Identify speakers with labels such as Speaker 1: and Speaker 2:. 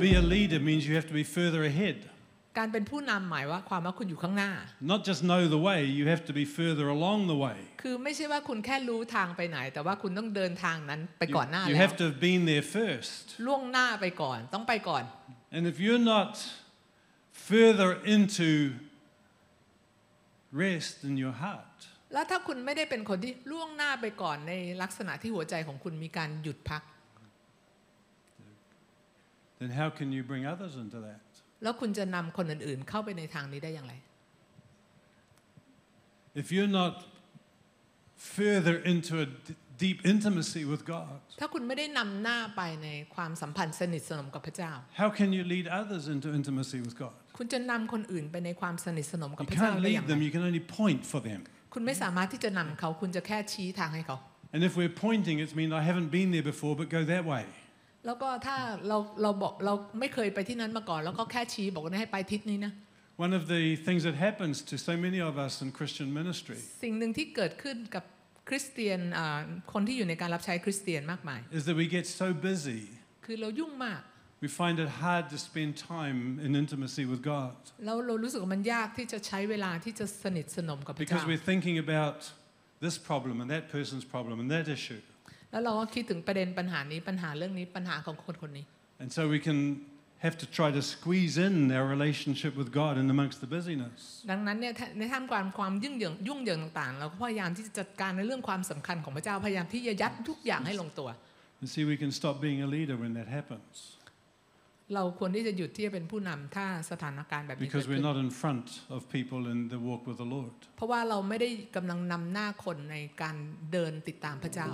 Speaker 1: means you have to be further ahead.
Speaker 2: การเป็นผู้นำหมายว่าความว่าคุณอยู่ข้างหน้า
Speaker 1: Not just know the way, you have to be further along the way.
Speaker 2: คือไม่ใช่ว่าคุณแค่รู้ทางไปไหน แต่ว่าคุณต้องเดินทางนั้นไป
Speaker 1: You,
Speaker 2: ก่อนหน้า
Speaker 1: you
Speaker 2: แล้ว
Speaker 1: have to have been there first.
Speaker 2: ล่วงหน้าไปก่อนต้องไปก่อน
Speaker 1: And if you're not further into rest in your heart,
Speaker 2: แล้วถ้าคุณไม่ได้เป็นคนที่ล่วงหน้าไปก่อนในลักษณะที่หัวใจของคุณมีการหยุดพัก
Speaker 1: then how can you bring others into that?
Speaker 2: แล้วคุณจะนำคนอื่นๆ เข้าไปในทางนี้ได้อย่างไร
Speaker 1: If you're not further into a d- deep intimacy with God,
Speaker 2: ถ้าคุณไม่ได้นำหน้าไปในความสัมพันธ์สนิทสนมกับพระเจ้า
Speaker 1: how can you lead others into intimacy with God?
Speaker 2: คุณจะนำคนอื่นไปในความสนิทสนมกับ
Speaker 1: You
Speaker 2: พระเจ้า
Speaker 1: can't
Speaker 2: ได้อย่าง
Speaker 1: lead
Speaker 2: ไร
Speaker 1: them, you can only point for them.
Speaker 2: คุณไม่สามารถที่จะนำเขาคุณจะแค่ชี้ทางให้เขา
Speaker 1: And if we're pointing, it means I haven't been there before, but go that way.
Speaker 2: แล้วก็ถ้าเราเราบอกเราไม่เคยไปที่นั้นมาก่อน แล้วก็แค่ชี้บอกว่าให้ไปทิศนี้นะ
Speaker 1: One of the things that happens to so many of us in Christian ministry
Speaker 2: สิ่งหนึ่งที่เกิดขึ้นกับคริสเตียนอ่าคนที่อยู่ในการรับใช้คริสเตียนมากมาย
Speaker 1: is that we get so busy,
Speaker 2: คือเรายุ่งมาก
Speaker 1: we find it hard to spend time in intimacy with God
Speaker 2: แล้วเรารู้สึกว่ามันยากที่จะใช้เวลาที่จะสนิทสนมกับพระเจ้า
Speaker 1: because we're thinking about this problem and that person's problem and that issue.
Speaker 2: แล้วเราก็คิดถึงประเด็นปัญหานี้ปัญหาเรื่องนี้ปัญหาของคนคนนี้
Speaker 1: And so we can have to try to squeeze in our relationship with God in amongst the busyness.
Speaker 2: ดังนั้นเนี่ยถ้าในท่ามกลางความยุ่งเหยิงยุ่งเหยิงต่างๆ เราก็พยายามที่จะจัดการในเรื่องความสำคัญของพระเจ้าพยายามที่จะยัดทุกอย่างให้ลงตัว
Speaker 1: And see, we can stop being a leader when that happens
Speaker 2: เราควรที่จะหยุดที่จะเป็นผู้นำถ้าสถานการณ์แบบนี้เกิด
Speaker 1: because
Speaker 2: ขึ้
Speaker 1: we're
Speaker 2: น
Speaker 1: not in front of people in the walk with the Lord.
Speaker 2: เพราะว่าเราไม่ได้กำลังนำหน้าคนในการเดินติดตามพระเจ้า